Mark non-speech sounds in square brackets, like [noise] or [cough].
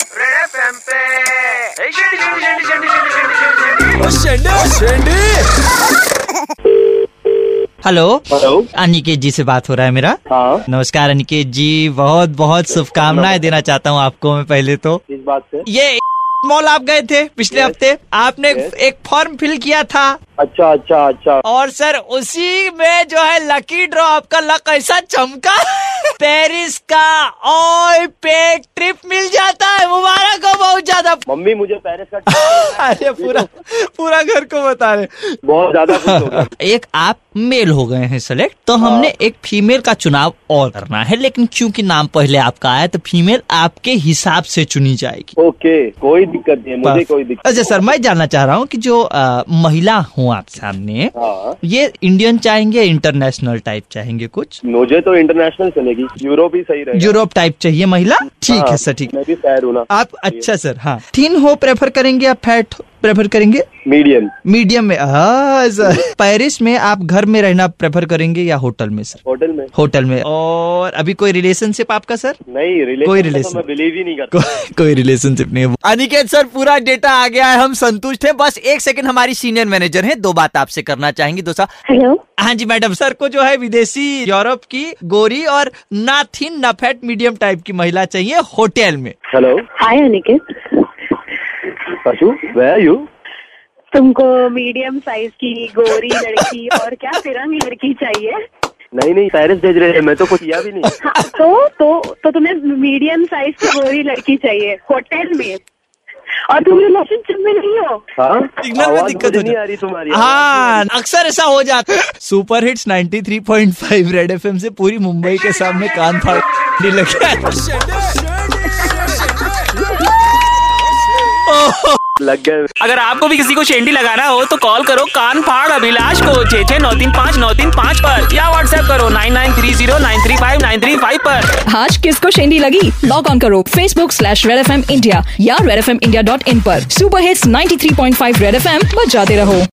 FM पे ए, Shendi, Shendi, Shendi, Shendi, Shendi, Shendi, Shendi, Shendi. Hello hello Aniket ji से बात हो रहा है मेरा हाँ नमस्कार अनिकेत जी बहुत बहुत शुभकामनाएं देना चाहता हूँ आपको मैं पहले तो इस बात से ये मॉल आप गए थे पिछले Yes. हफ्ते आपने एक- Yes. एक फॉर्म फिल किया था अच्छा अच्छा अच्छा और सर उसी में जो है लकी ड्रॉ आपका लक ऐसा चमका पेरिस का ऑल पे ट्रिप मिल जाता है मुबारक हो बहुत ज्यादा मम्मी मुझे पेरिस का [laughs] trip अरे पूरा पूरा घर को बता रहे बहुत ज्यादा खुश हो गया एक आप मेल हो गए हैं सेलेक्ट तो हमने हाँ। एक फीमेल का चुनाव और करना है लेकिन क्योंकि नाम पहले आपका आया तो फीमेल आपके हिसाब से चुनी जाएगी ओके कोई दिक्कत नहीं है मुझे कोई दिक्कत अच्छा सर मैं जानना चाह रहा हूँ कि जो अ, महिला हूँ आप सामने हाँ ये इंडियन चाहेंगे इंटरनेशनल टाइप चाहेंगे कुछ मुझे तो इंटरनेशनल चलेगी यूरोप ही सही रहेगा यूरोप टाइप चाहिए महिला ठीक है हाँ, सर ठीक है मैं भी सैड हूँ ना आप अच्छा सर हाँ थीन हो प्रेफर करेंगे या फैट प्रेफर करेंगे मीडियम मीडियम में हाँ [laughs] सर पेरिस में आप घर में रहना प्रेफर करेंगे या होटल में सर होटल में होटल में और अभी कोई रिलेशनशिप आपका सर नहीं रिलेशन कोई relation- मैं बिलीव ही नहीं करता को, कोई रिलेशनशिप नहीं है अनिकेत सर पूरा डेटा आ गया है हम संतुष्ट हैं बस एक सेकंड हमारी सीनियर मैनेजर हैं दो बात आपसे करना चाहेंगी दोस्तों हेलो हाँ जी मैडम सर को जो है विदेशी यूरोप की गोरी और ना थीन ना फैट मीडियम टाइप की महिला चाहिए होटल में हेलो हाय अनिकेत अशु वे यू तुमको मीडियम साइज की गोरी लड़की और क्या फिरंग लड़की चाहिए नहीं नहीं पेरिस भेज रहे हैं मैं तो कुछ किया भी नहीं [laughs] हाँ, तो तो तो तुम्हें मीडियम साइज की गोरी लड़की चाहिए होटल में और तुम रिलेशनशिप में नहीं हो हाँ सिग्नल में आवाज दिक्कत मुझे हो नहीं जा- आ रही तुम्हारी हाँ अक्सर ऐसा हो जाता है सुपर हिट्स 93.5 रेड एफएम से पूरी मुंबई के सामने कान फाड़ने लगे लग गए अगर आपको भी किसी को शेंडी लगाना हो तो कॉल करो कान फाड़ अभिलाष को छे छे नौ तीन पाँच नौ तीन पाँच पर या व्हाट्सएप करो nine nine three zero nine three five nine three five पर आज किसको शेंडी लगी लॉग ऑन करो Facebook slash red F M India या redfmindia.in पर super hits 93.5 red F M बजाते रहो